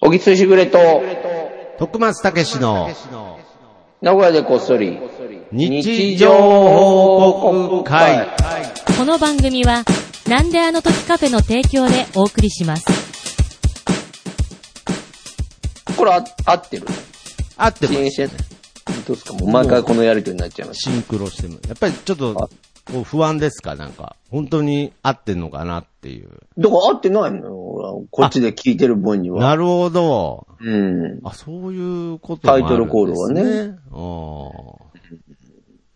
小木つしぐれと、徳松たけしの名古屋でこっそり、日常報告会。この番組は、なんであの時カフェの提供でお送りします。これあ、合ってるあって遅も延して、どうですかもう毎回このやりとりになっちゃいましシンクロしても。やっぱりちょっと、こう不安ですかなんか。本当に合ってんのかなっていう。た。だから合ってないのよ。俺はこっちで聞いてる分には。なるほど。うん。あ、そういうこともあるんでタす、ね、イトルコールはねあー。よ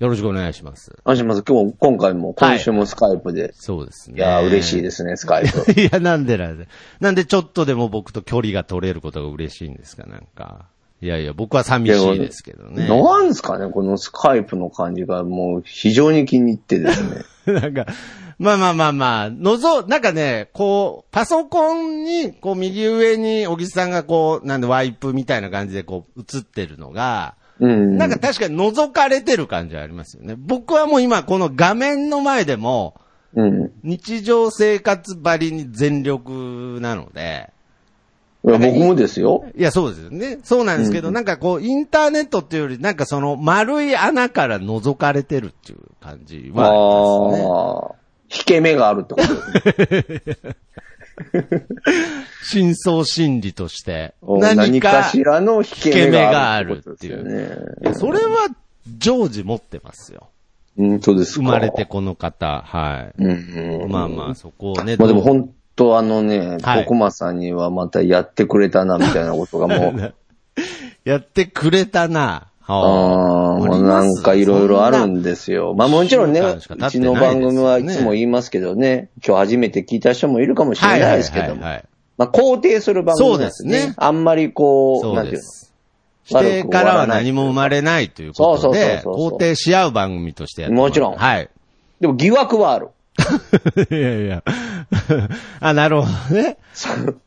ろしくお願いします。あします。今日、今回も、今週もスカイプで。そうですね。いやー、嬉しいですね、スカイプ。 いや、なんでなんで。なんでちょっとでも僕と距離が取れることが嬉しいんですか、なんか。いやいや、僕は寂しいですけどね。なんすかね、このスカイプの感じがもう非常に気に入ってですね。なんか、まあまあまあまあ、のぞ、なんかね、こう、パソコンに、こう、右上に、小木さんがこう、なんで、ワイプみたいな感じで、こう、映ってるのが、うん。 なんか確かに覗かれてる感じはありますよね。僕はもう今、この画面の前でも、うん。日常生活ばりに全力なので、いや僕もですよ。いや、そうですよね。そうなんですけど、なんかこう、インターネットっていうより、なんかその、丸い穴から覗かれてるっていう感じはありますね。ああ。引け目があるってことですね。真相心理として。お何かしらの引け目がある引け目っていがあるうね。いやそれは、常時持ってますよ。本当ですか。生まれてこの方。はい。うんうん。まあまあ、そこをね。まあでもどう本当あのね、はい徳間さんにはまたやってくれたなみたいなことがも う、やってくれたな。あーあもりうなますんかいろいろあるんですよ。まあもちろんね、一週間しか経うってちないの番組はいですよねつも言いますけどね、今日初めて聞いた人もいるかもしれないですけども、はいはいはいはいまあ肯定する番組なんそうですねあんまりこう、そなんてういでうのす。否定からは悪く終わらない何も生まれないということで、そうそうそうそうそう肯定し合う番組としてやってますもちろんはい。 でも疑惑はある。いやいや。 あ、なるほどね。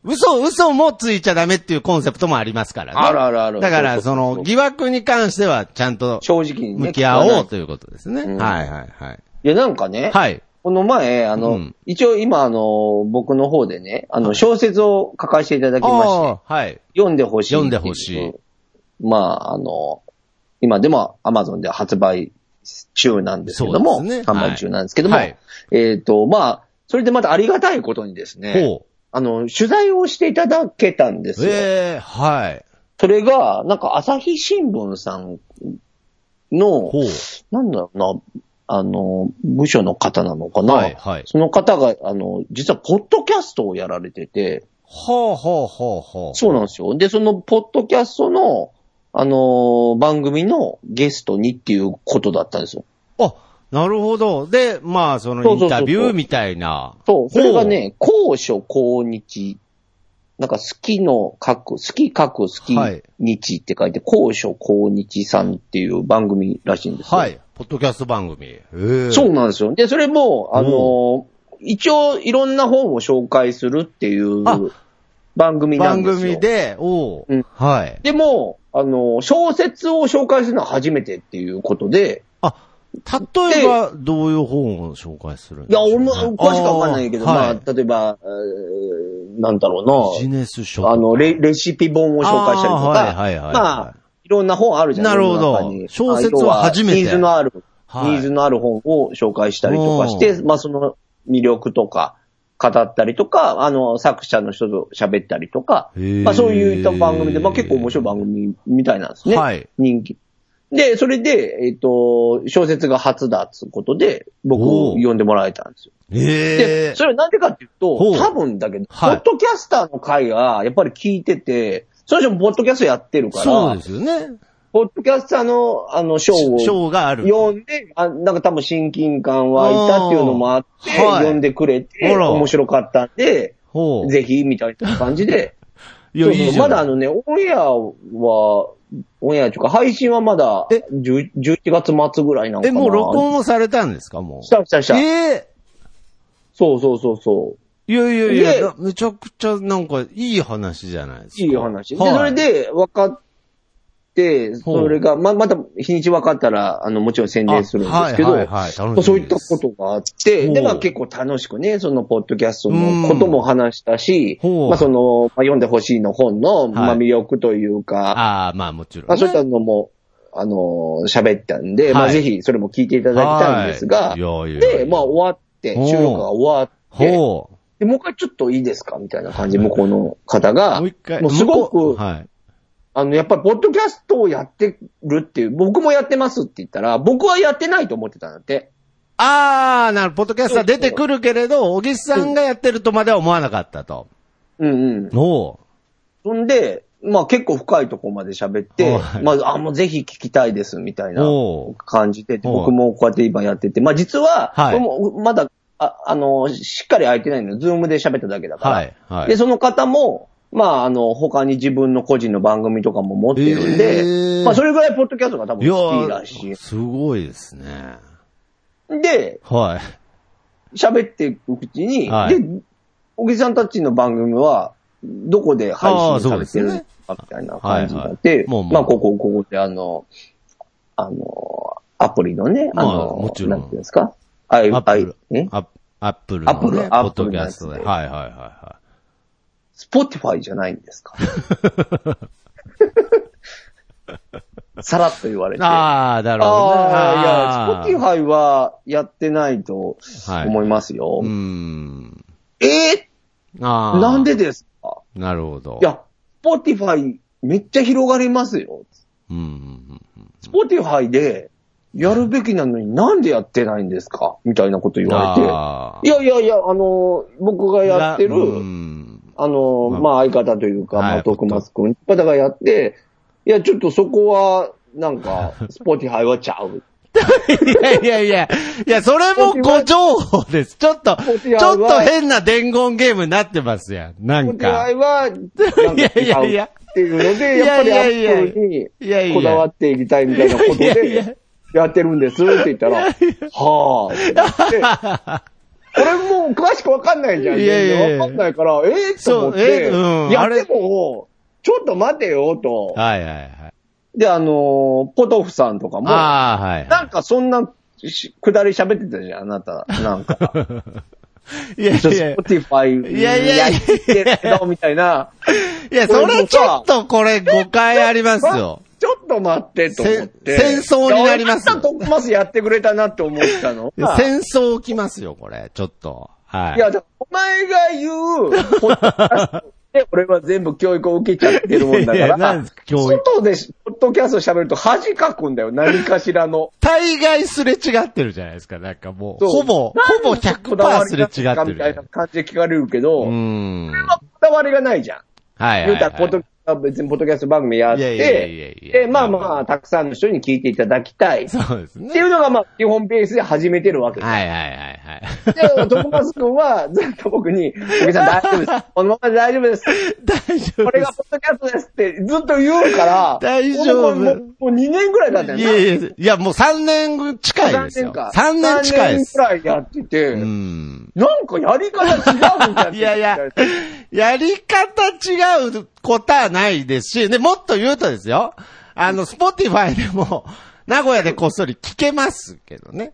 嘘、嘘もついちゃダメっていうコンセプトもありますからね。あるあるあるだから、そそそううそうそうの、疑惑に関しては、ちゃんと、正直にね向き合おうといいうことですね。んはいはいはい。やなんかね、はい。この前、あの、うん一応今あの、僕の方でね、あの、小説を書かせていただきまして、あーはい。読んでほしい。読んでほしい。まあ、あの、今でも Amazon で発売中なんですけどそも、うですね販売中なんですけども、はいはいえっ、と、まあ、それでまたありがたいことにですね、ほあの、取材をしていただけたんですう。よ。ええはい。それが、なんか朝日新聞さんの、ほう。なんだろうな、あの、部署の方なのかな、はいはいその方が、あの、実はポッドキャストをやられてて、ほうほうほうほう。そうなんですよ。で、その、ポッドキャストの、あのー番組のゲストにっていうことだったんですよ。あ、なるほど。で、まあ、そのそうイそンうそうタそうビューみたいな。そう。それがね、高所高日。なんか、好きの書く、好き書く好きはい日って書いて、高所高日さんっていう番組らしいんですほう。よ。はい。ポッドキャスト番組。ええそうなんですよ。で、それも、あのー一応、いろんな本を紹介するっていうあ番組なん番ですよ。組で、おう、うんはい。でも、あのー、小説を紹介するのは初めてっていうことで、あ、例えば、どういう本を紹介するんいや、俺も詳しくわかんないけど、まあ、はい、例えば、えーなんだろビジうネス書とな、か。あのレ、レシピ本を紹介したりとか、あーはいはいはいはいまあ、いろんな本あるじゃないなるほど小説は初めてニーズのある、はいニーズのある本を紹介したりとかして、まあ、その魅力とか、語ったりとか、あの、作者の人と喋ったりとか、へーまあ、そういった番組で、まあ、結構面白い番組みたいなんですね。はい人気。で、それで、えっ、と、小説が初だっつうことで、僕おをー呼んでもらえたんですよ。ええで、それはなんでかっていうと、ほう多分だけど、はいポッドキャスターの会が、やっぱり聞いてて、その人もポッドキャストやってるかそうらで、すよね。ポッドキャスターの、あの、賞を賞がある。読んで、あなんか多分親近感湧いたっていうのもあって、あーはい読んでくれて、あら面白かったんで、ほう。ぜひ、みたいな感じで、いやそうそういいじゃまんだあのね、オンエアは、オンエアというか、配信はまだえ10、11月末ぐらいなのかえ、な。もう録音もされたんですかもう。したしたした。ええそうそうそうそう。いやいやいやでな、めちゃくちゃなんかいい話じゃないですか。いい話。で、はいそれで分かって、ほうそれが、ま、また日にち分かったら、あの、もちろん宣伝するんですけど、あはいはいはいまあそういったことがあって、ほうで、まあ結構楽しくね、そのポッドキャストのことも話したし、うんほうまあその、まあ、読んでほしいの本の、まはいあ魅力というか、ああ、まあもちろん、ね。まあそういったのも、あの、喋ったんで、まはあいぜひそれも聞いていただきたいんですが、はいいやいやいやで、まあ終わって、ほう収録が終わって、ほう。で、もう一回ちょっといいですかみたいな感じで、向こうの方が、もう一回。もうすご向こうく、はい。あの、やっぱり、ポッドキャストをやってるっていう、僕もやってますって言ったら、僕はやってないと思ってたんだって。ああ、なるほど。ポッドキャスター出てくるけれど、小木さんがやってるとまでは思わなかったと。うんうん。ほそんで、まあ結構深いところまで喋ってはい、まあ、あ、もうぜひ聞きたいです、みたいなおう感じで、おう僕もこうやって今やってて、まあ実は、はこれいもまだ、ああの、しっかり空いてないので、ズームで喋っただけだう。から。はい。はい。で、その方も、まあ、あの、他に自分の個人の番組とかも持ってるんで、えーまあ、それぐらいポッドキャストが多分いや好きらしーすごいですね。い。で、はい。喋っていくうちに、はいで、小木さんたちの番組は、どこで配信されてるのかみたいな感じになって、あーそうですねはいはいもうもうまあ、ここ、ここであの、あの、アプリのね、あの、まあもちろんなんていうんですかアイ、アッアプイル、ね、アップアップルのね、アップルポアッップドルキのャやスつトでで。はいはいはいはスポティファイじゃないんです かさらっと言われい。て。ああ、なるほどね。ああ、いや、スポティファァイはやってないと思いますよ。うーん。えあー、あ。なんでですかなるほど。い、や、スポティファイめっちゃ広がりますよ。うんうんうん。スポティファイでやるべきなのになんでやってないんですかみたいなこと言われて。ああいやいやいや、あの、僕がやってる、うんあの、まあまあ、相方というか、はいまあ、徳松くん方がやって、いや、ちょっとそこは、なん か、スポティファイはちゃう。いやいやいや、いや、それもご情報です。ちょっと、ちょっと変な伝言ゲームになってますやん。なスポんティフかァ。イは、なんいやいやかい違うやっていうので、いややっぱいりアやいやップルいやいやにこだわっていきたいみたいなこといやいやで、やってるんですって言ったら、はぁってなって、俺もう詳しくわかんないじゃん。いやいや全いや然わかんないから、えー、と思っそうえて、ーうんいやあれでも、ちょっと待てよ、と。はいはいはい。で、あのーポトフさんとかも、ああ、はいはい。なんかそんなし、くだり喋ってたじゃん、あなた。なん か。いやいちょっとやいや Spotify いやいやいややってるけど、みたいな。いや、それちょっとこれ誤解ありますよ。ちょっと待って、と思って。せ戦争になります。いや俺またトップマスやってくれたなって思ったの戦争起きますよ、これ。ちょっと。はい。いや、だからお前が言う、ポッドキャスト で俺は全部教育を受けちゃってるもんだいやいやかなんらですか、教育外でポッドキャスト喋ると恥かくんだよ、何かしらの。大概すれ違ってるじゃないですか。なんかもう、そうほぼ、ほぼ100%すれ違ってなんでこだわりないんですかるじゃなみたいな感じで聞かれるけど、うーこん。れはこだわりがないじゃん。はいはい、言うたら、はポッドいキ。ャスト別にポッドキャスト番組やっいやいやいやいて、やで、まあまあ、たくさんの人に聞いていただきたい。っそうですてね。いうのが、まあ、基本ベースで始めてるわけ。はいはいはいはで、い。徳松くんは、 ずっと僕に、おげさん大丈夫です。 このままで大丈夫です。大丈夫これがポッドキャストですってずっと言うから、大丈夫もうもうもう2年ぐらい経ったよね。いやいや、いやもう3年近いですよ。3年近いです。 3年くらいやってて、うん。なんかやり方違うみたいな。いやいや、やり方違うことはないですし、で、もっと言うとですよ、あの、スポティファイでも、名古屋でこっそり聞けますけどね。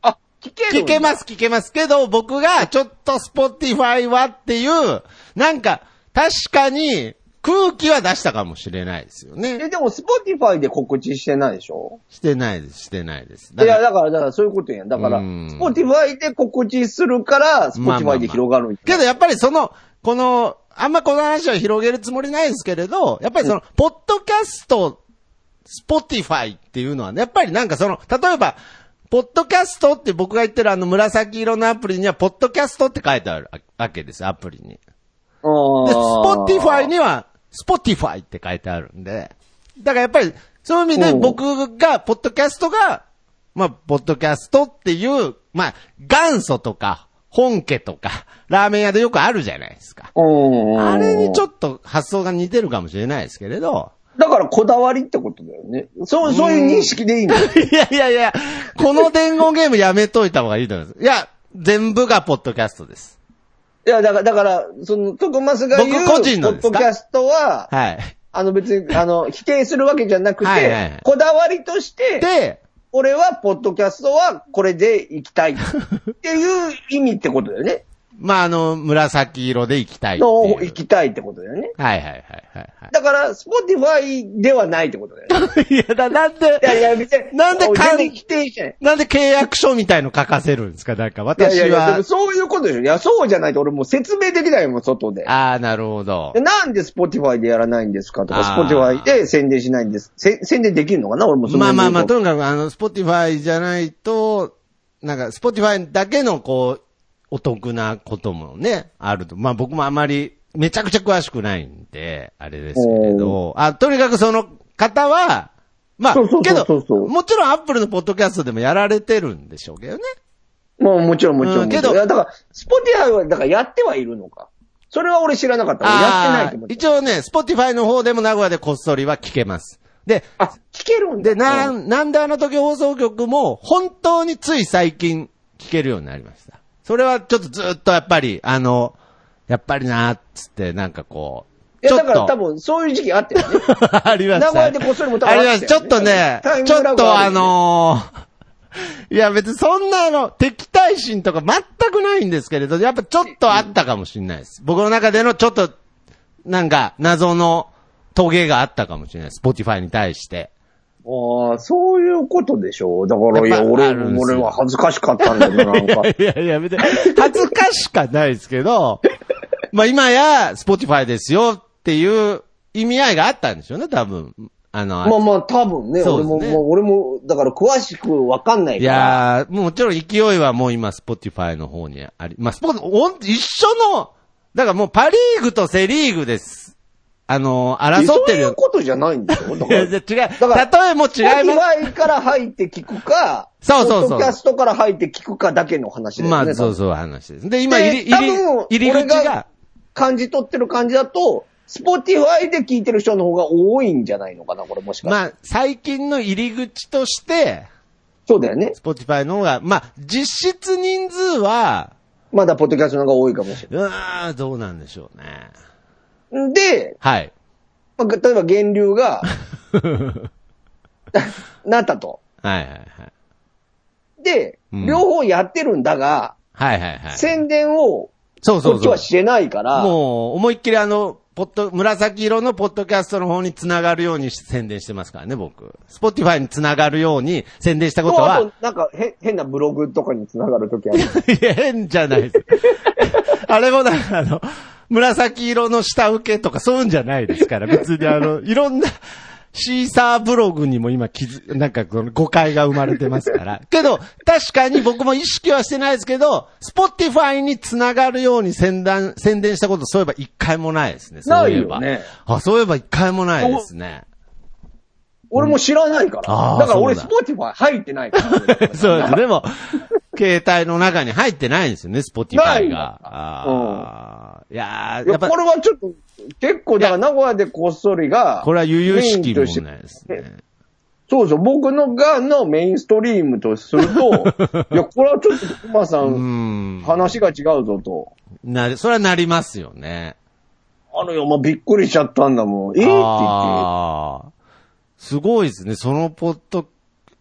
あ、聞ける聞けます、聞けますけど、僕がちょっとスポティファイはっていう、なんか、確かに空気は出したかもしれないですよね。え、でも、スポティファイで告知してないでしょしてないです、してないです。いだからや、だから、だから、そういうことやん。だから、うんスポティファイで告知するから、スポまあティまフあまあァイで広がるんじけゃどないやっぱりその、この、あんまこの話は広げるつもりないですけれど、やっぱりその、ポッドキャスト、スポティファイっていうのはね、やっぱりなんかその、例えば、ポッドキャストって僕が言ってるあの紫色のアプリには、ポッドキャストって書いてあるわけですよ、アプリに。で、スポティファイには、スポティファイって書いてあるんで。だからやっぱり、そういう意味でうん僕が、ポッドキャストが、まあ、ポッドキャストっていう、まあ、元祖とか、本家とか、ラーメン屋でよくあるじゃないですか。うん。あれにちょと。っと発想が似てるかもしれないですけれど。だから、こだわりってことだよね。そう、そういう認識でいいんだよ。いやいやいや、この伝言ゲームやめといた方がいいと思います。いや、全部がポッドキャストです。いや、だから、だから、その、徳マスが言う、僕個人のですポッドかキャストは、はい。あの別に、あの、否定するわけじゃなくて、はいはいこだわりとして、で、俺は、ポッドキャストはこれで行きたいっていう意味ってことだよね。まあ、あの、紫色で行きたいっての、いう。行きたいってことだよね。はいはいはいはいはい。だから、スポティファイではないってことだよね。 いやだ、なんいやいで、や、別に。なんで俺管全然否定してない。なんで契約書みたいの書かせるんですかなんか、いやい私やいや、ではも。そういうことでしょ。いや、そうじゃないと俺もう説明できないもん、外で。ああ、なるほどで。なんでスポティファイでやらないんですかとか、スあポーティファイで宣伝しないんです。せ宣伝できるのかな俺もそのまあまあまあ、辺とにかく、あの、スポティファイじゃないと、なんか、スポティファイだけの、こう、お得なこともね、あると。まあ僕もあまり、めちゃくちゃ詳しくないんで、あれですけれど、あ、とにかくその方は、まあ、そうそうけそうそうど、もちろんアップルのポッドキャストでもやられてるんでしょうけどね。もうもちろんもちろ。うんんけけど。どいや、だから、スポティファイは、だからやってはいるのか。それは俺知らなかった。俺やってないと思っあーてた。一応ね、スポティファイの方でも名古屋でこっそりは聞けます。で、あ、聞けるんだ。で、なうんん、なんであの時放送局も、本当につい最近聞けるようになりました。それはちょっとずっとやっぱり、あの、やっぱりなーっつって、なんかこう、いや、ちょだっから多と、分、そういう時期あ ったよね。ありまし名た。古屋でこっそりも多分ああったよりねました。ちょっとねタイ、ムちょラっグとああるよねのー いや別にそんなあの、敵対心とか全くないんですけれど、やっぱちょっとあったかもしれないです。僕の中でのちょっと、なんか、謎のトゲがあったかもしれないです。ポティファイに対して。ああ、そういうことでしょう。だから、いやっや、ぱ俺あるん、です俺よは恥ずかしかったんだけど、なん か。いやいや、別に、恥ずかしかないですけど、 まあ今や、スポティファイですよっていう意味合いがあったんでしょうね、多分。あの、まあまあ、多分ね、そう俺ですねも、もう俺も、だから詳しくわかんないいから。やー、もちろん勢いはもう今、スポティファイの方にあり、まあ、スポおん一緒の、だからもうパリーグとセリーグです。あの、争ってそうるいうよ。ことじゃないんでしょだいかやら。違う。例からえも違います。 Spotify から入って聞くか、そうそうそうポッドキャストから入って聞くかだけの話ですね。まあ、そう多分そう話です。で、今、入り、で入り多分、入り口俺がが、感じ取ってる感じだと、スポティファイで聞いてる人の方が多いんじゃないのかな、これもしかして。まあ、最近の入り口として、そうだよねス。ポティファイの方が、まあ、実質人数は、まだポッドキャストの方が多いかもしれうーん、どうなんでしょうね。ない。で、はい。まあ、例えば源流が、 なったと。はいはいはい。で、うん両方やってるんだが、はいはいはい。宣伝をそうそこっうちそはう。してないから、もう、思いっきりあの、ポッド、紫色のポッドキャストの方に繋がるように宣伝してますからね、僕。スポティファイに繋がるように宣伝したこととあはと、、なんかへ変なブログとかに繋がるときある。いや 変じゃないです。 あれもなんかあの、紫色の下請けとかそういうんじゃないですから、別にあの、いろんな、シーサーブログにも今気づ、なんかこの誤解が生まれてますから。けど、確かに僕も意識はしてないですけど、スポティファイにつながるように宣伝、宣伝したことそういえば一回もないですね。そういえばないよねあ、そういえば一回もないですね。俺も知らないから。あーだから俺、そスうだポティファイ入ってないから。 そうです。でも、携帯の中に入ってないんですよね、スポティフなァいイんがだ。あーいやいーややっぱこ、れはちょっと、結構、だから名古屋でこっそりが、これは悠々しきメインとし問て題ですね。そうそう、僕のがのメインストリームと すると、いや、これはちょっと、熊さ、うんん。話が違うぞと。な、それはなりますよね。あのよ、まあ、びっくりしちゃったんだもん。えー、って言って。ああ。すごいですね。そのポッド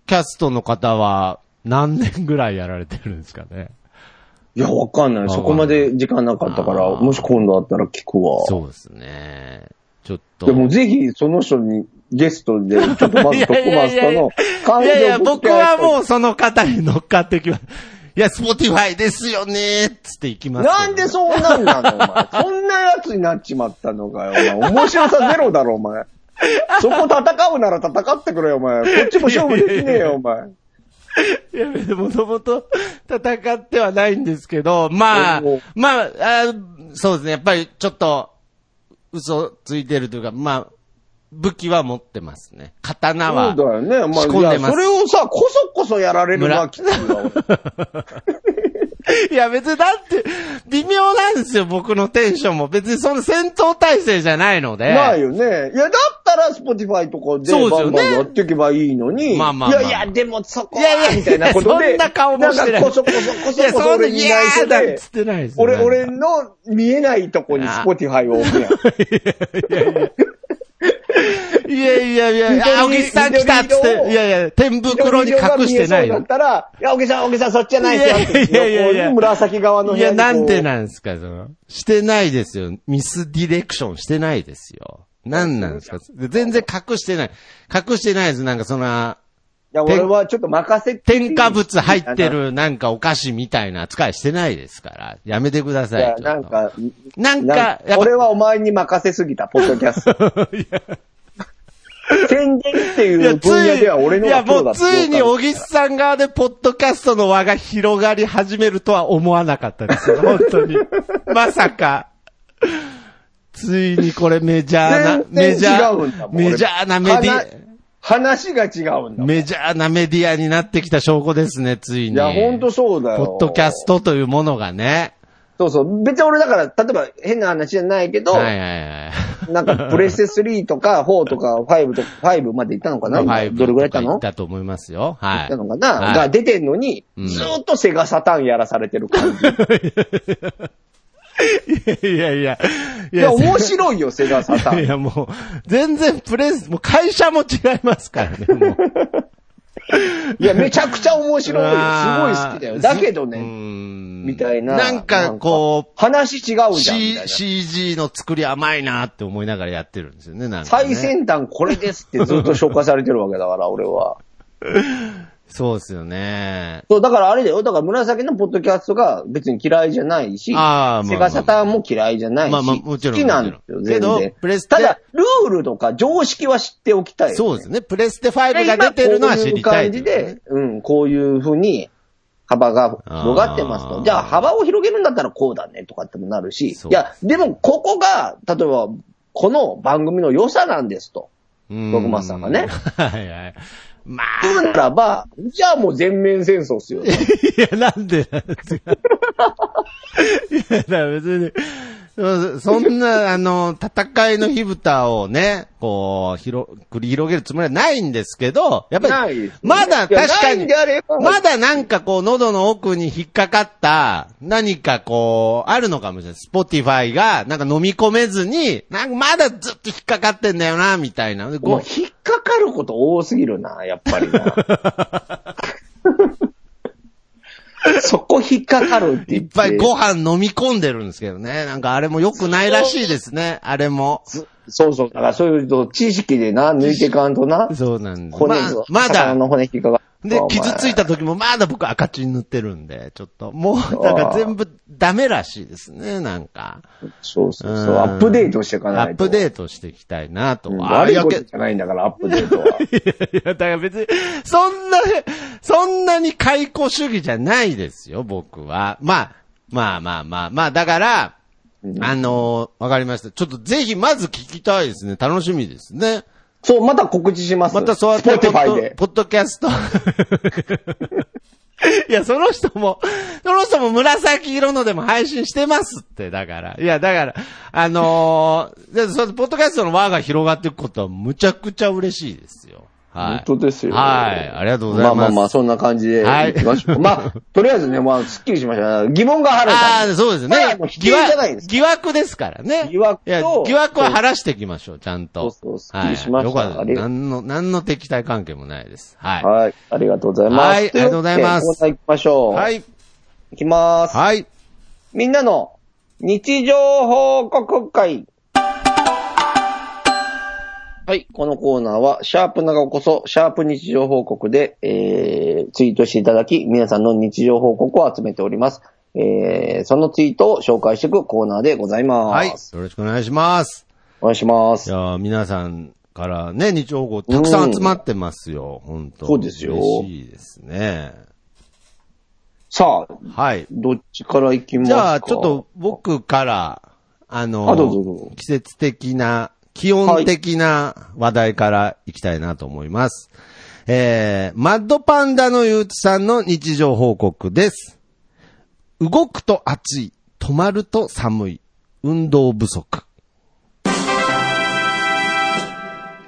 キャストの方は何年ぐらいやられてるんですかね。いや、わかんない。そこまで時間なかったから、あーもし今度あったら聞くわ。そうですね。ちょっと。でもぜひ、その人にゲストで、ちょっとま いずやトップいマやスいタやーいやの感い情やいや、僕はう。もうその方に乗っかってきます。いや、スポティファイですよねーっつって行きますけど。なんでそんなんなのお前。そんなやつになっちまったのかよ、お前。面白さゼロだろ、お前。そこ戦うなら戦ってくれよ、お前。こっちも勝負できねえよ、お 前。いや、もともと 戦ってはないんですけど、まあおう、まあ、あそうですね、やっぱりちょっと、嘘ついてるというか、まあ、武器は持ってますね。刀そは。うだよね。お前、仕込んでいまやすそれをさ、こそこそやられるのは村きついわ。 いや、別にだって、微妙なんですよ、僕のテンションも。別にその戦闘態勢じゃないので。ないよね。いや、だったら、スポティファイとかでそうでバすよンねバンやっていけばいいのに。まあまあまあいやいや、でもそこいやいは、やみたいなことで。そんな顔もしてないんかこそこそ、こいや、そこそそんな、俺いに内や緒ーだっでつっ。てないですよ俺、なんか俺の見えないとこにスポティファイを置くやん。いやいやいやいやいや、緑青木さん来たっつって、いやいや、天袋に隠してないだよっ。たら、いや、青木さん、青木さん、そっちじゃないですよって。いやいやいやいや横に紫側の部い屋や、にこうなんでなんですか、その。してないですよ。ミスディレクションしてないですよ。なんなんですか全然隠してない。隠してないです。なんかその、いや、俺はちょっと任せて。添加物入って。るなんかお菓子みたいな扱いしてないですから。やめてくだいさいや、。ちょなっんとか、なんかやっぱ俺はお前に任せすぎた、ポッドキャスト。宣伝っていいうや、つ分野い、いでは俺のがや、もプロだうってついに、よ小く木さん側で、ポッドキャストの輪が広がり始めるとは思わなかったですよ。 本当に。まさか。ついにこれメジャーな、全然メジャ違うんだもー、ん俺メジャーなメ話ディ話が違うんだア、もん。いメジャーなメディアになってきた証拠ですね、ついに。や、ほんとそうだよ。ポッドキャス。トというものがね。そうそう。別に俺だから、例えば変な話じゃないけど、はいはいはい。なんかプレステ3とか4とか5とか5まで行ったのかな5今どれぐらい行ったとか行のったと思いますよ。はい。なのかな、はいが出てんのに、うんずーっとセガサターンやらされてる感じ。 いやいや。いいや、面白いよ、セガサタいーン。や、もう、全然プレス、もう会社も違いますからね、もう。いや、めちゃくちゃ面白いよ。すごい好きだよ。だけどね、みみたいな。なんかこ話違うう、じゃんみ C たいな。 CG の作り甘いなって思いながらやってるんですよね、なんか、最ね。先端これですってずっと紹介されてるわけだから、俺は。そうですよね。そう、だからあれだよ。だから紫のポッドキャストが別に嫌いじゃないし、ああまあセガサターンも嫌いじゃないし、まあまあもちろん好きなんですよ、もち全ろんけ然ど。プレステただ、ルールとか常識は知っておきたいよね、そうですね。プレステこれ5が出てるのは知りたこうい感いといううね、じで、うん、こういうふうに幅が広がってますあとー。じゃあ幅を広げるんだったらこうだねとかってもなるし、いそうや、でもここが、例えば、この番組の良さなんです と。うん徳松さんがね はいはい。まあ、そうならば、じゃあもう全面戦争っすよ。 いや、なんで なんですか。いや、だから別に。そそんな、あの、戦いの火蓋をね、こう、広、繰り広げるつもりはないんですけど、やっぱないり、ですねまだいや確かないんにであれば、まだなんかこう、喉の奥に引っかかった、何かこう、あるのかもしれない。スポティファイが、なんか飲み込めずに、なんかまだずっと引っかかってんだよな、みたいな。もでうこう引っかかること多すぎるな、やっぱりな。 そこ引っかかるって言。いってぱいご飯飲み込んでるんですけどね。なんかあれも良くないらしいですね、あれも。そうそう。だからそういうと知識でな、抜いていかんとな。そうなんです。骨まぞ、ま魚だ、の骨引っかかるで、傷ついた時もまだ僕赤血塗ってるんで、ちょっと、もう、なんか全部ダメらしいですね、なんか。そうそうそうう。んアップデートしていかアないッと。プーデートしていきたいなと。悪いやこけとじゃないんだから、アップデートは。いや、だから別に、そんな、そんなに解雇主義じゃないですよ、僕は。まあ、まあまあまあまあ、だから、あのーわかりました。ちょっとぜひまず聞きたいですね。楽しみですね。そう、また告知します。またそうやっスポてテポィファイッドで。ポッドキャ スト。いや、その人も、その人も紫色のでも配信してますって、だから。いや、だから、あのー、でそのポッドキャストの輪が広がっていくことはむちゃくちゃ嬉しいですよ。はい。本当ですよはい。ありがとうございます。まあまあまあ、そんな感じで。はいきま しょうまあ、とりあえずね、まあ、すっきりしました。疑問が晴れあたんあ、で。そうですまあねもう。否定疑じゃない惑です、疑惑ですからね。疑惑といや疑惑は晴らしていきましょう、ちゃんと。そうそうすっきりしましたはい、よかあった。りがとう何の、何の敵対関係もないです。はい。はい。ありがとうございます。はいありがとうございますとうことでコーナー行きましょう。は。い。行きます。はい。みんなの日常報告会。はい、このコーナーは、シャープ長こそ、シャープ日常報告で、えー、ツイートしていただき、皆さんの日常報告を集めております。えー、そのツイートを紹介していくコーナーでございます。はい。よろしくお願いします。お願いしますいや。ー皆さんからね、日曜号たくさん集まってますよ。本当そうですよ嬉しいですね。さあ、はい。どっちから行きますじかゃあ、ちょっと、僕から、あの、あどうぞどうぞ季節的な、気温的な話題からいきたいなと思います。えー、マッドパンダの憂鬱さんの日常報告です。動くと暑い、止まると寒い、運動不足。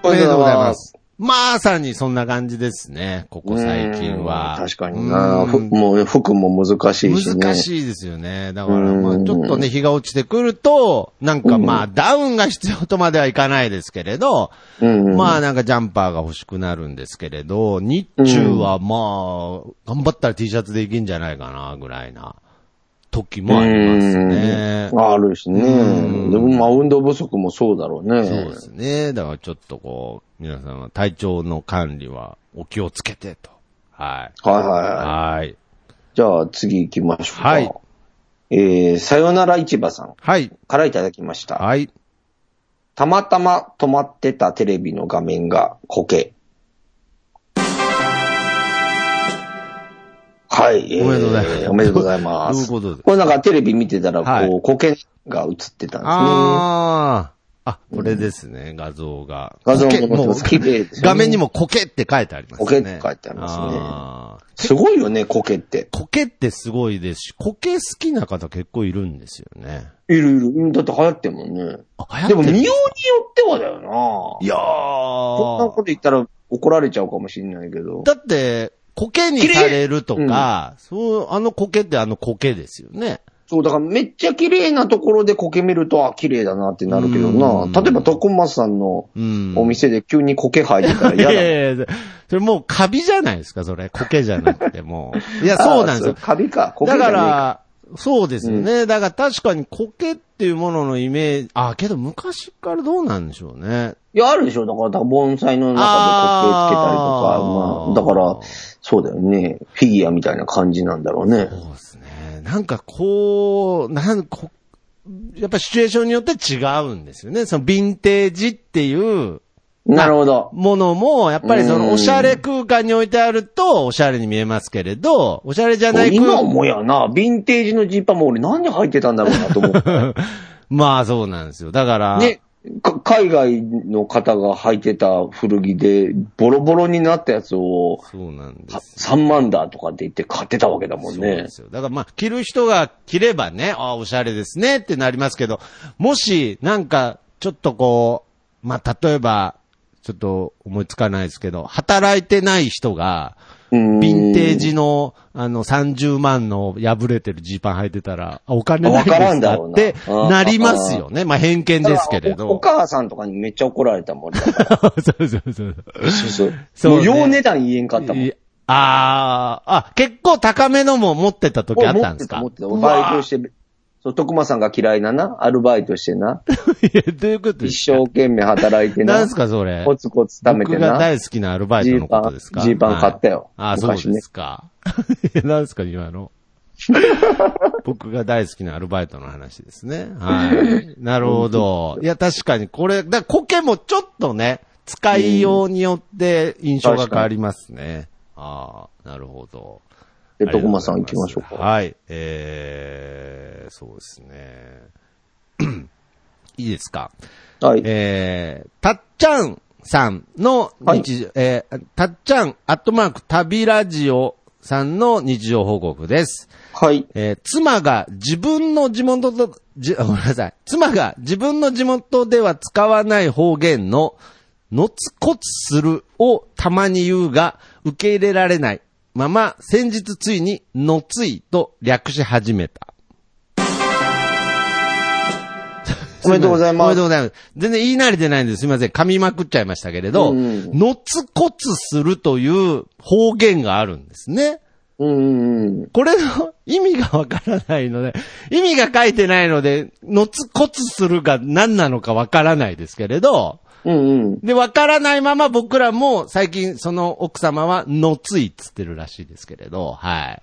おめでとうございます。まさにそんな感じですね、ここ最近は。うん確かにな。うんふもう服も難しいしね。難しいですよね。だから、うんまあ、ちょっとね、日が落ちてくると、なんかまあ、ダウンが必要とまではいかないですけれど、うんうんまあ、なんかジャンパーが欲しくなるんですけれど、日中はまあ、頑張ったら T シャツでいけんじゃないかな、ぐらいな、時もありますね。うんあるしね。うんでもまあ運動不足もそうだろうね。そうですね。だからちょっとこう、皆さんは体調の管理はお気をつけてと。はい。はいはいはい。はい。じゃあ次行きましょうか。はいえー、さよなら市場さんはい。からいただきました。はい。たまたま止まってたテレビの画面が苔。はい。えーおめでとうございますおめでとうございます。どういうことですこれなんかテレビ見てたら、こう、はい苔が映ってたんですね。ああ。あ、これですね、画像が。画像も苔もう綺麗ですよね画面にもコケって書いてありますね。苔って書いてありますねあーすごいよね、苔って。コケってすごいですし、コケ好きな方結構いるんですよね。いるいる。うんだって流行ってるもんね。あ、流で行も、っ見ようてるによってはだよないやこんなこーと言ったら怒られちゃうかもしれないけど。だって、コケにされるとか、そう、あのコケってあのコケですよね。そう、だからめっちゃ綺麗なところで苔見ると、あ、綺麗だなってなるけどうんな。例えば、徳松さんのうん。お店で急に苔生えてたらいや嫌 いだ。やいや、それもうカビじゃないですか、それ。苔じゃなくても う。いや、そうなんですよあ。カビか。苔じゃだねえから、そうですよね。だから確かに苔っていうもののイメージ、あ、けど昔からどうなんでしょうね。いや、あるでしょ。だから、だから盆栽の中で苔つけたりとか、あーまあ、だから、そうだよね。フィギュアみたいな感じなんだろうね。そうですね。なんかこう、なんこやっぱシチュエーションによって違うんですよね。そのヴィンテージっていうなるほど。ものも、やっぱりそうのんおしゃれ空間に置いてあると、おしゃれに見えますけれど、おしゃれじゃない空今間。思やな、ヴィンテージのジーパンも俺なんで履いてたんだろうなと思って。 まあそうなんですよ。だから、ね、か海外の方が履いてた古着で、ボロボロになったやつを、そうなんですは3万だとかって言って買ってたわけだもんそうなんねで。すよ。だからまあ、着る人が着ればね、ああ、おしゃれですねってなりますけど、もし、なんか、ちょっとこう、まあ、例えば、ちょっと思いつかないですけど、働いてない人が、ヴヴィンテー。ジの、あの、30万の破れてるジーパン履いてたら、あお金ないわからでんすだかろうなってあーなりますよね。まあ、偏見ですけれだからおおど。母さんとかにめっちゃ怒られたもん。だからそうそうそう。そうもう用値段言えんかったもんい。ああ、あ、結構高めのも持ってた時あったんですか持ってた、持ってた。バイトして、そう、徳間さんが嫌いなな、アルバイトしてな、いや、どういうことです一生懸命働いてなな、んすかそれ。コツコツ貯めて僕がな、大好きなアルバイトのことですかジーパンジーパン買ったよはいああ、そう昔ねですか。 いやなんですか 今の。僕が大好きなアルバイトの話ですね。はい。なるほど。いや、確かにこれ、だコケもちょっとね、使いようによって印象が変わりますね。ああ、なるほど。で、徳間さん行きましょうか。はい。えー、そうですね。 いいですか。はい。えー、たっちゃんさんの日常、えーたっちゃん、アットマーク、旅ラジオさんの日常報告です。はい。えー妻が自分の地元と、じ、 ごめんなさい。妻が自分の地元では使わない方言の、のつこつするをたまに言うが、受け入れられないまま、先日ついに、のついと略し始めた。おめでとうございおめまですとう。ございます。全然言い慣れてないんです。すいません。噛みまくっちゃいましたけれど、うんのつこつするという方言があるんですね。うんうんうん。これの意味がわからないので、意味が書いてないので、のつこつするが何なのかわからないですけれど、うんうん。で、わからないまま僕らも最近その奥様はのついっつってるらしいですけれど、はい。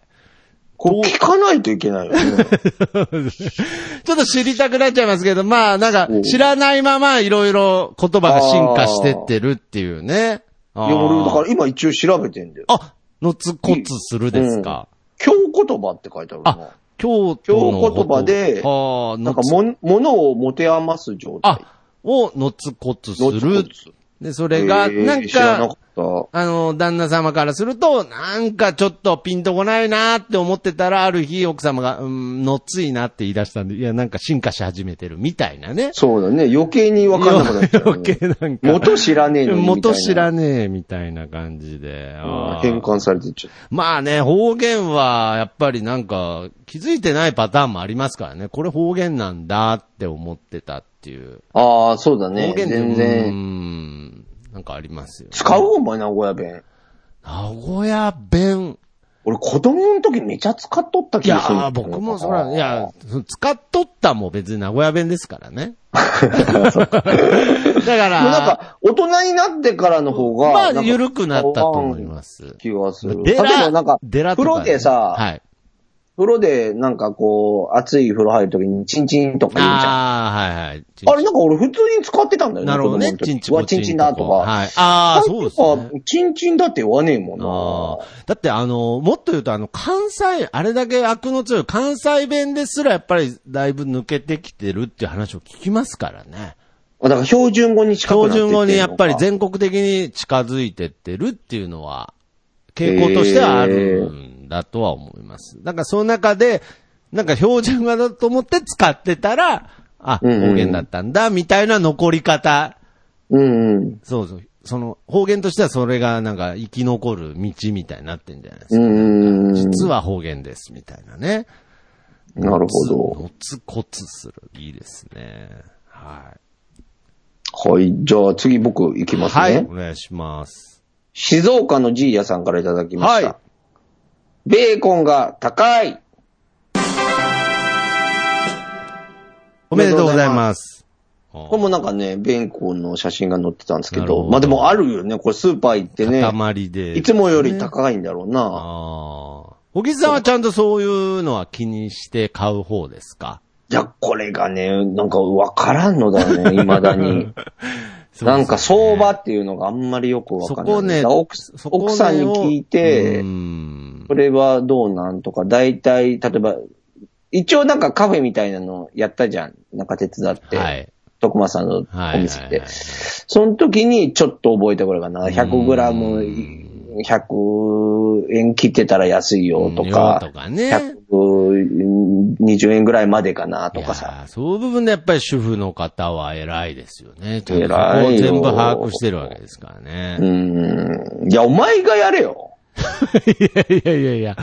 これ聞かないといけないよね。ちょっと知りたくなっちゃいますけど、まあなんか知らないままいろいろ言葉が進化してってるっていうね。 あーいや、俺、だから今一応調べてんだよ。あ、のつこつするですか。京言葉って書いてあるなあ。、京都のこと京言葉であーなのんかつも、ものを持て余す状態。あ、をのつこつすのつこるつで、それが、えーなん知らなかか、った。あの、旦那様からすると、なんかちょっとピンとこないなって思ってたら、ある日奥様が、うん、のっついなって言い出したんで、いや、なんか進化し始めてるみたいなね。そうだね。余計に分かんなくなっちゃう、余計なんか。元知らねえのにみたいな。元知らねえみたいな感じで。あー変換されてっちゃう。まあね、方言はやっぱりなんか気づいてないパターンもありますからね。これ方言なんだって思ってたっていう。ああ、そうだね。方言って全うー然。ん。なんかありますよ、ね。使うお前、名古屋弁。名古屋弁。俺、子供の時めちゃ使っとったい気やがする。ー、僕もそら、いや、その使っとったも別に名古屋弁ですか らね。でもなだかんら、か、大人になってからの方が、まなあんか緩くなったと思います。気がする。例えデラばなんか、デラと風呂かねでさ、はい。風呂でなんかこう、熱い風呂入る時にチンチンとか言うじゃん。ああ、はいはい。あれなんか俺普通に使ってたんだよね。なるほどね。子供の時チンチうコわ、チンチンだとか。はい。ああ、そうですね。ね。チンチンだって言わねえもんあな。あ。だってあの、もっと言うとあの、関西、あれだけ悪の強い関西弁ですらやっぱりだいぶ抜けてきてるっていう話を聞きますからね。だから標準語に近くなってっ標てん準のか語にやっぱり全国的に近づいてってるっていうのは、傾向としてはあるんだとは思います。だからその中で、なんか標準語だと思って使ってたら、あ、方うんうん言だったんだ、みたいな残り方。うんうん。そうそう。その方言としてはそれがなんか生き残る道みたいになってんじゃないですか。うんうんうん。実は方言です、みたいなね。なるほど。のつこつする。いいですね。ははい。じゃあ次僕行きい。ますね。はい、お願いします。静岡のじいやさんからいただきました。はいベーコンが高い。おめでとうございます。これもなんかね、ベーコンの写真が載ってたんですけなるほど。どまあでもあるよね。これスーパー行ってね。塊で。いつもより高いんだろうな。ああ。小木さんはちゃんとそういうのは気にして買う方ですかいや、これがね、なんかわからんのだ よね、未だに。なんか相場っていうのがあんまりよくわそからない。こね、だから奥そこね奥さんに聞いて、うーんこれはどうなんとか、大体、例えば、一応なんかカフェみたいなのやったじゃん。なんか手伝って。はい。徳間さんのおはい。店はいではい。その時にちょっと覚えてこれかな。100グラムう100円切ってたら安いよとうんよかと、かね。 120円ぐらいまでかなとかいさ。やーそういう部分でやっぱり主婦の方は偉いですよね。ちゃんとそこ偉をいよ全部把握してるわけですからね。 うーん。いや、お前がやれよ。いやいやいや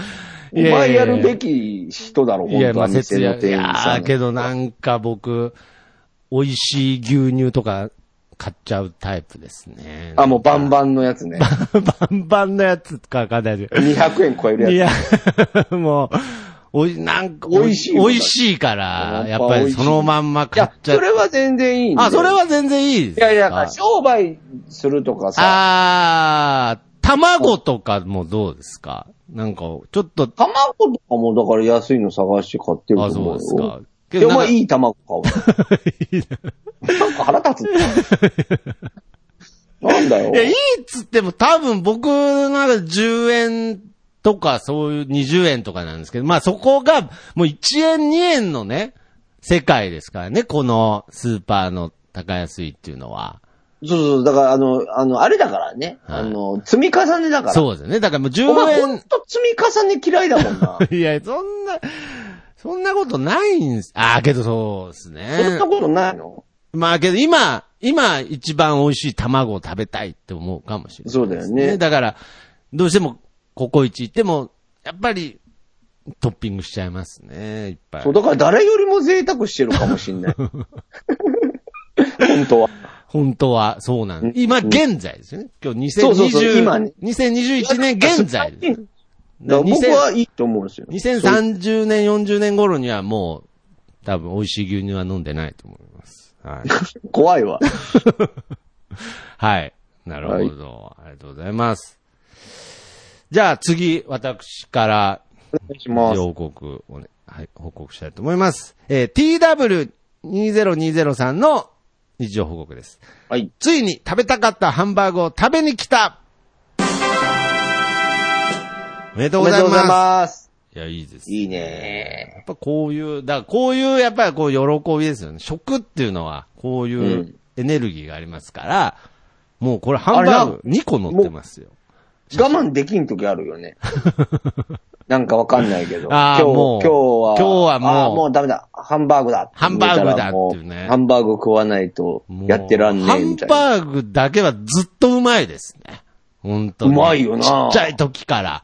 おいや。前やるべき。き人だろ、い本や、当まはあ、店節の約。い店員やさーん。けどなんか僕、美味しい牛乳とか買っちゃうタイプですね。あ、もうバンバンのやつね。う。 バンバンのやつか買わないで。 200円超えるいやや、 もう、おい、なんか、美味しい美味しいから、やっぱりそのまんまつ。い買っや、ちゃ。そうれは全然いいんだよあ、それは全然いいですいか。やいや、商売するとかさ、あー、卵とかもどうですかなんか、ちょっと、卵とかもだから安いの探して買ってるあ、とそう思うですよか。。で、お前いいい卵買うの。なんか腹立つな。なんだよ。や、いいっつっても多分僕の中で10円とかそういう20円とかなんですけど、まあそこがもう1円2円のね、世界ですからね、このスーパーの高安いっていうのは。そうそう、だからあの、あの、あれだからね。はいあの、積み重ねだから。そうですね。だからもうお前ほ10んと積み重ね嫌いだもん な。円。いや、そんな、そんなことないんす。ああ、けどそうですね。そんなことないのまあけど今、今一番美味しい卵を食べたいって思うかもしれない、そうだよねだから、どうしてもココイチ行っても、やっぱりトッピングしちゃいますね。いっぱいそう、。だから誰よりも贅沢してるかもしんない。本当は。本当はそうなんうんです。今現在ですよね。今日2020、そうそうそう今ね2021年現在ですだから僕はいいと思うんですよ。 2030年、40年頃にはもう、多分美味しい牛乳は飲んでないと思います。 はい。怖いわ。はい。なるほど、ありがとうございます。じゃあ次、私から、お願いします。報告をね、はい、報告したいと思います。えー TW2020 さんの日常報告です。はい。ついに食べたかったハンバーグを食べに来たおめでとうおごめでざいとうごます。ざいます。いや、いいです。いいねやっぱこういう、だからこういう、やっぱりこう、喜びですよね。食っていうのは、こういううんエネルギーがありますから、もうこれハンバーグ2個乗ってますよ。我慢できん時あるよね。 なんかわかんないけど。あー今日、も今う日は。今日はもうあーもうダメだ。ハンバーグだ。ハンバーグだっていうね見たらもハンバーグ食わないともうやってらんねえみたいな。ハンバーグだけはずっとうまいですね。本当に。うまいよなちっちゃい時から。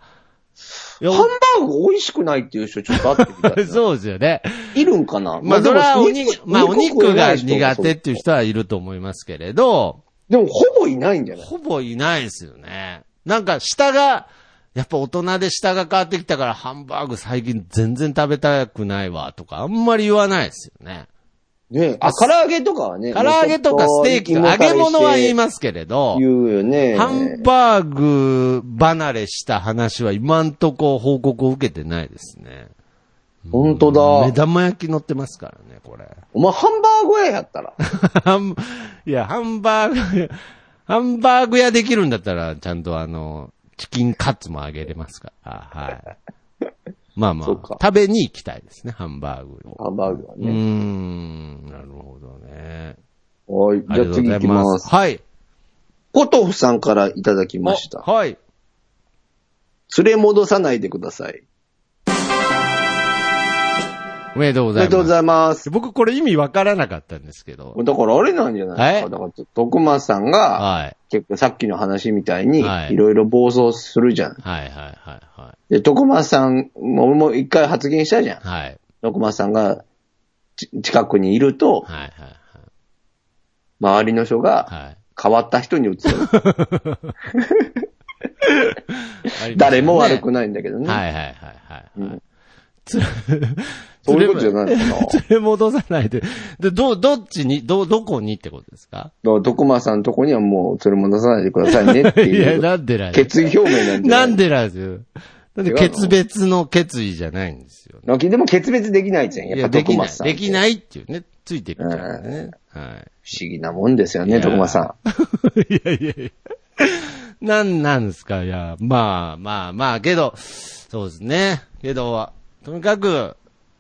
いやハンバーグ美味しくないっていう人ちょっと会ってみた いな。そうですよね。いるんかなまあ、でそもれはお肉肉、まあ、お食え肉ながい人も苦手っていうそう人はいると思いますけれど、でもほぼいないんじゃないほぼいないですよね。なんか、下が、やっぱ大人で下が変わってきたから、ハンバーグ最近全然食べたくないわ、とか、あんまり言わないですよね。ねえあ、唐揚げとかはね。唐揚げとかステーキ、もうちょっ揚とげ物は言い芋ますけれど垂れして、言うよね。ハンバーグ離れした話は今んとこ報告を受けてないですね。本当目だ。玉焼き乗ってますからね、これ。 お前ハンバーグ屋やったら。ハンいや、ハンバーグ、ハンバーグ屋できるんだったら、ちゃんとあの、チキンカツもあげれますか ら。はい。まあまあ、そうか食べに行きたいですね、ハンバーグを。ハンバーグはうーね。ん、なるほどね。はい。あじゃりあがとう次ご行ざいきま。ますす。はい。コトフさんからいただきました。おはい。連れ戻さないでください。おめでとうごおざめいでます。とうございます。僕これ意味わからなかったんですけど。だからあれなんじゃないですか。だから、徳間さんが、はい。結構さっきの話みたいには、いいろいろ暴走するじゃん。はいはいはいはで、徳間さんも、もう一回発言したじゃんい。。はい。徳間さんが、ち近くにいると、はいはいはい。周りの人がはい変わった人に移 る。ありましたね。誰も悪くなないんだけどね。はいはいはいはいはい。うんつそういうことじゃないの かな。だか連れ戻さないで。で、ど、どっちに、ど、どこにってことですから徳間さんのとこにはもう、連れ戻さないでくださいねっていや、いう、なんでなんです決意表明なんじゃなないんでなんですよ。なんで、決別の決意じゃないんですよ。なんかでも決別できないじゃん。やいっや、ぱで徳きな松い。さん。。できないいっていうね。ついてくからね。はい。不思議なもんですよね、や徳松さん。いやいやいや。なんなんですか、いや。まあまあまあ、けど、そうですね。けど、とにかく、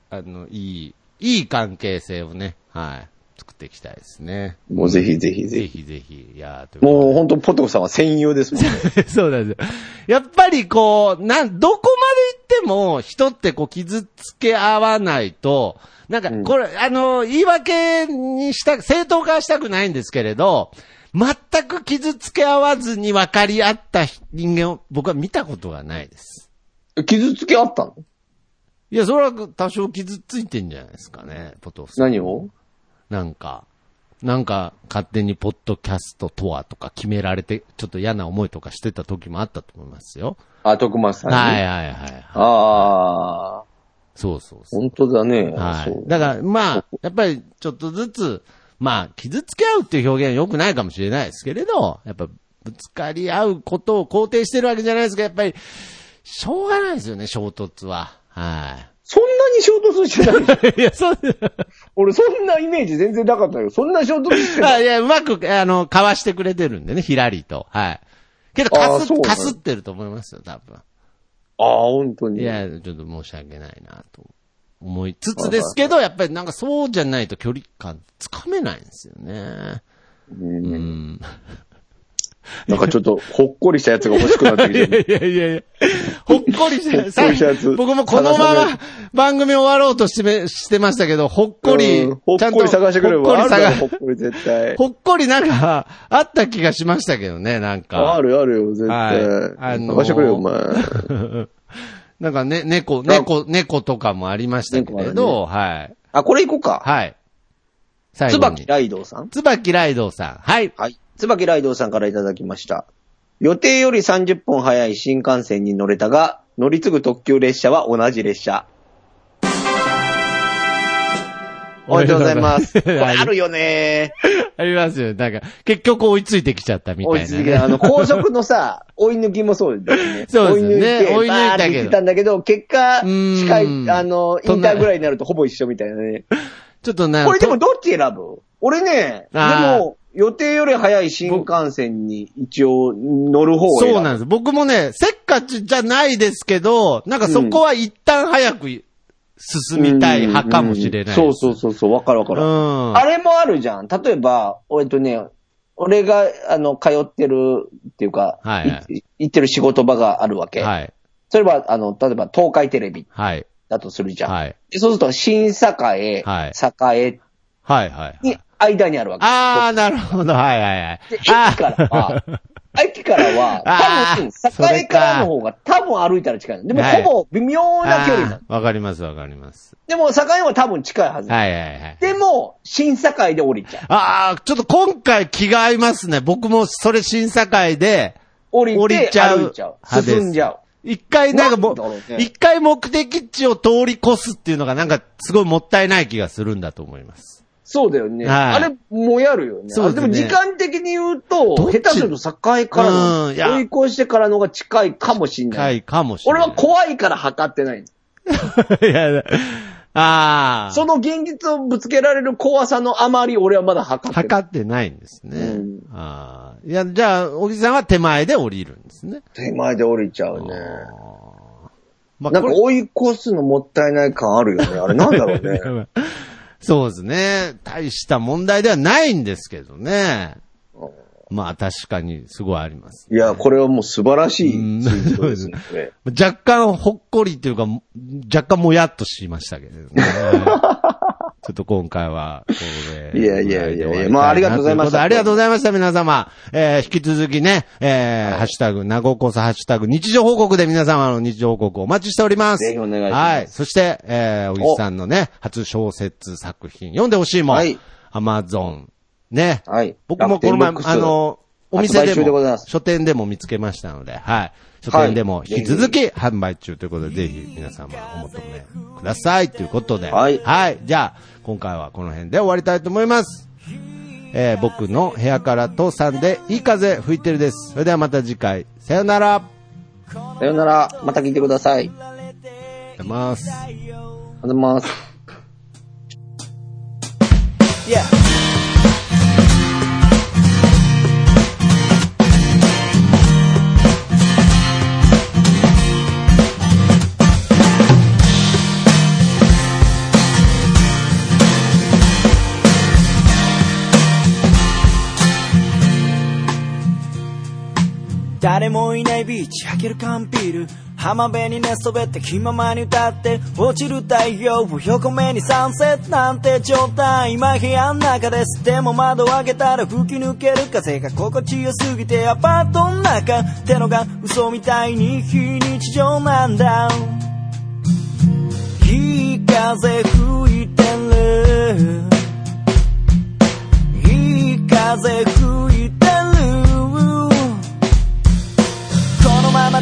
あの、いい、いい関係性をね、はい、作っていきたいですね。もうぜひぜひぜぜひ。ひぜひ、いやといもううこ本当ポトフさんは戦友ですも んね。とでそうなんですよ。やっぱりこう、なん、どこまで行っても、人ってこう、傷つけ合わないと、なんか、これ、あの、言い訳にした、正当化はしたくないんですけれど、全く傷つけ合わずに分かり合った人間を僕は見たことがないです。傷つけあったのいや、それは多少傷ついてんじゃないですかね、ポトフさん。何をなんか、なんか勝手にポッドキャストとはとか決められて、ちょっと嫌な思いとかしてた時もあったと思いますよ。あ、徳松さんに。はいはいはいはい。ああ、そうそうそう。本当だね。はそうい。だから、まあ、やっぱりちょっとずつ、まあ、傷つけ合うっていう表現は良くないかもしれないですけれど、やっぱ、ぶつかり合うことを肯定してるわけじゃないですが、やっぱり、しょうがないですよね、衝突は。はそんなに衝突してない い。いや、そう、俺そんなイメージ全然なかったけど、そんな衝突 してなあい。いや、うまく、あの、かわしてくれてるんでね、ひらりと。はい。けど、かあーすそう、なのかすってると思いますよ、多分。ああ、本当に。いや、ちょっと申し訳ないな、と思いつつですけど、やっぱりなんかそうじゃないと距離感つかめないんですよね。うんうん。なんかちょっと、ほっこりしたやつが欲しくなって いやきて。いやいやいや。ほっこりしほっこ て、りしたやつ僕もこのま探さなまい番組終わろうとしてめしてましたけど、ほっこり、うんほっちゃんとこり探してくれほっこば。ありるだろ、ほ探っこり絶対。ほっこりなんか、あった気がしましたけどね、なんか。あるあるよ、絶はい対。あのー探してくれよ、お前。 なんかね、猫、猫、猫とかもありましたけれど、はい。あ、これいこうか。はい。最後に椿。ライドウさん。椿ライドウさん。はい。はい。椿ライドウさんからいただきました。予定より30分早い新幹線に乗れたが、乗り継ぐ特急列車は同じ列車。おめでとうござい ます。これあるよねありますよ。なんか、結局追いついてきちゃったみ追たいいつな、いて、ね。あの、高速のさ、追い抜きも そうですよね。そうです追いね抜いて、追い抜いたけどバーって行ってたんだけど、結果、うーん近い、あの、インターぐらいになるとほぼ一緒みたいなね。 ちょっとな、これでもどっち選ぶ俺ね、であーも、予定より早い新幹線に一応乗る方を選ぶそうなんです。僕もね、せっかちじゃないですけど、なんかそこは一旦早くい進みたい派かもしれない。うんそうそうそうそう、わかるわかうる。ん。あれもあるじゃん。例えば、えっとね、俺が、あの、通ってるっていうか、はいはいい行ってる仕事場があるわけ。はい。それは、あの、例えば東海テレビはい。だとするじゃん。はい。でそうすると、新栄、はい栄はい。はい。に間にあるわけ。あー、なるほど。はいはいはいで、駅。あからは、駅からはあ、ー多分、栄からの方が多分歩いたら近いの。でも、はいほぼ微妙な距離なのあ。ーわかりますわかります。でも、栄は多分近いはず。はいはいはい。でも、新栄で降りちゃう。ああ、ちょっと今回気が合いますね。僕もそれ審査会で、降りて、降りちゃう歩いちゃう。派です進んじゃう。一回なんかもなんだろうう、ね一回目的地を通り越すっていうのがなんかすごいもったいない気がするんだと思います。そうだよね。はいあれ、もやるよね。そうですねあれでも時間的に言うと、ど下っち手すると境からの、うんいや追い越してからのが近いかもしんな。はいい、かもしれ俺ない。は怖いから測ってない。 いや、ああ。その現実をぶつけられる怖さのあまり俺はまだ測ってない。測ってないんですね。うんああ。いや、じゃあ、小木さんは手前で降りるんですね。手前で降りちゃうね。まなんかこれ追い越すのもったいない感あるよね。 あれなんだろうね。そうですね。大した問題ではないんですけどね。まあ確かにすごいあります。いや、これはもう素晴らしうんい ツイートですね。若干ほっこりというか、若干もやっとしましたけどね。 ちょっと今回は、これいやいやいやいやまあありがとうございましたありがとうございました、皆様。えー引き続きね、えーハッシュタグ、なごこそハッシュタグ、日常報告で皆様の日常報告お待ちしております。ぜひお願いしますはい。そして、えー、小木さんのね、初小説作品、読んでほしいもん。はいアマゾン。ね。はい僕もこの前楽天ブック、スあの、お店で発売中でございもます書店でも見つけましたので、はい。書店でも引き続き販売中ということで、ぜひ皆様お求めくださいということで、はいじゃあ、今回はこの辺で終わりたいと思います。えー僕の部屋から父さんでいい風吹いてるです。それではまた次回、さよなら。ありがとさよなら、また聞いてください。ありがうございます。とうございます。誰もいないビーチ開ける缶ビール浜辺に寝そべって気ままに歌って落ちる太陽を横目にサンセットなんて状態今部屋の中ですでも窓を開けたら吹き抜ける風が心地よすぎてアパートの中ってのが嘘みたいに非日常なんだいい風吹いてるいい風吹いてるこのまま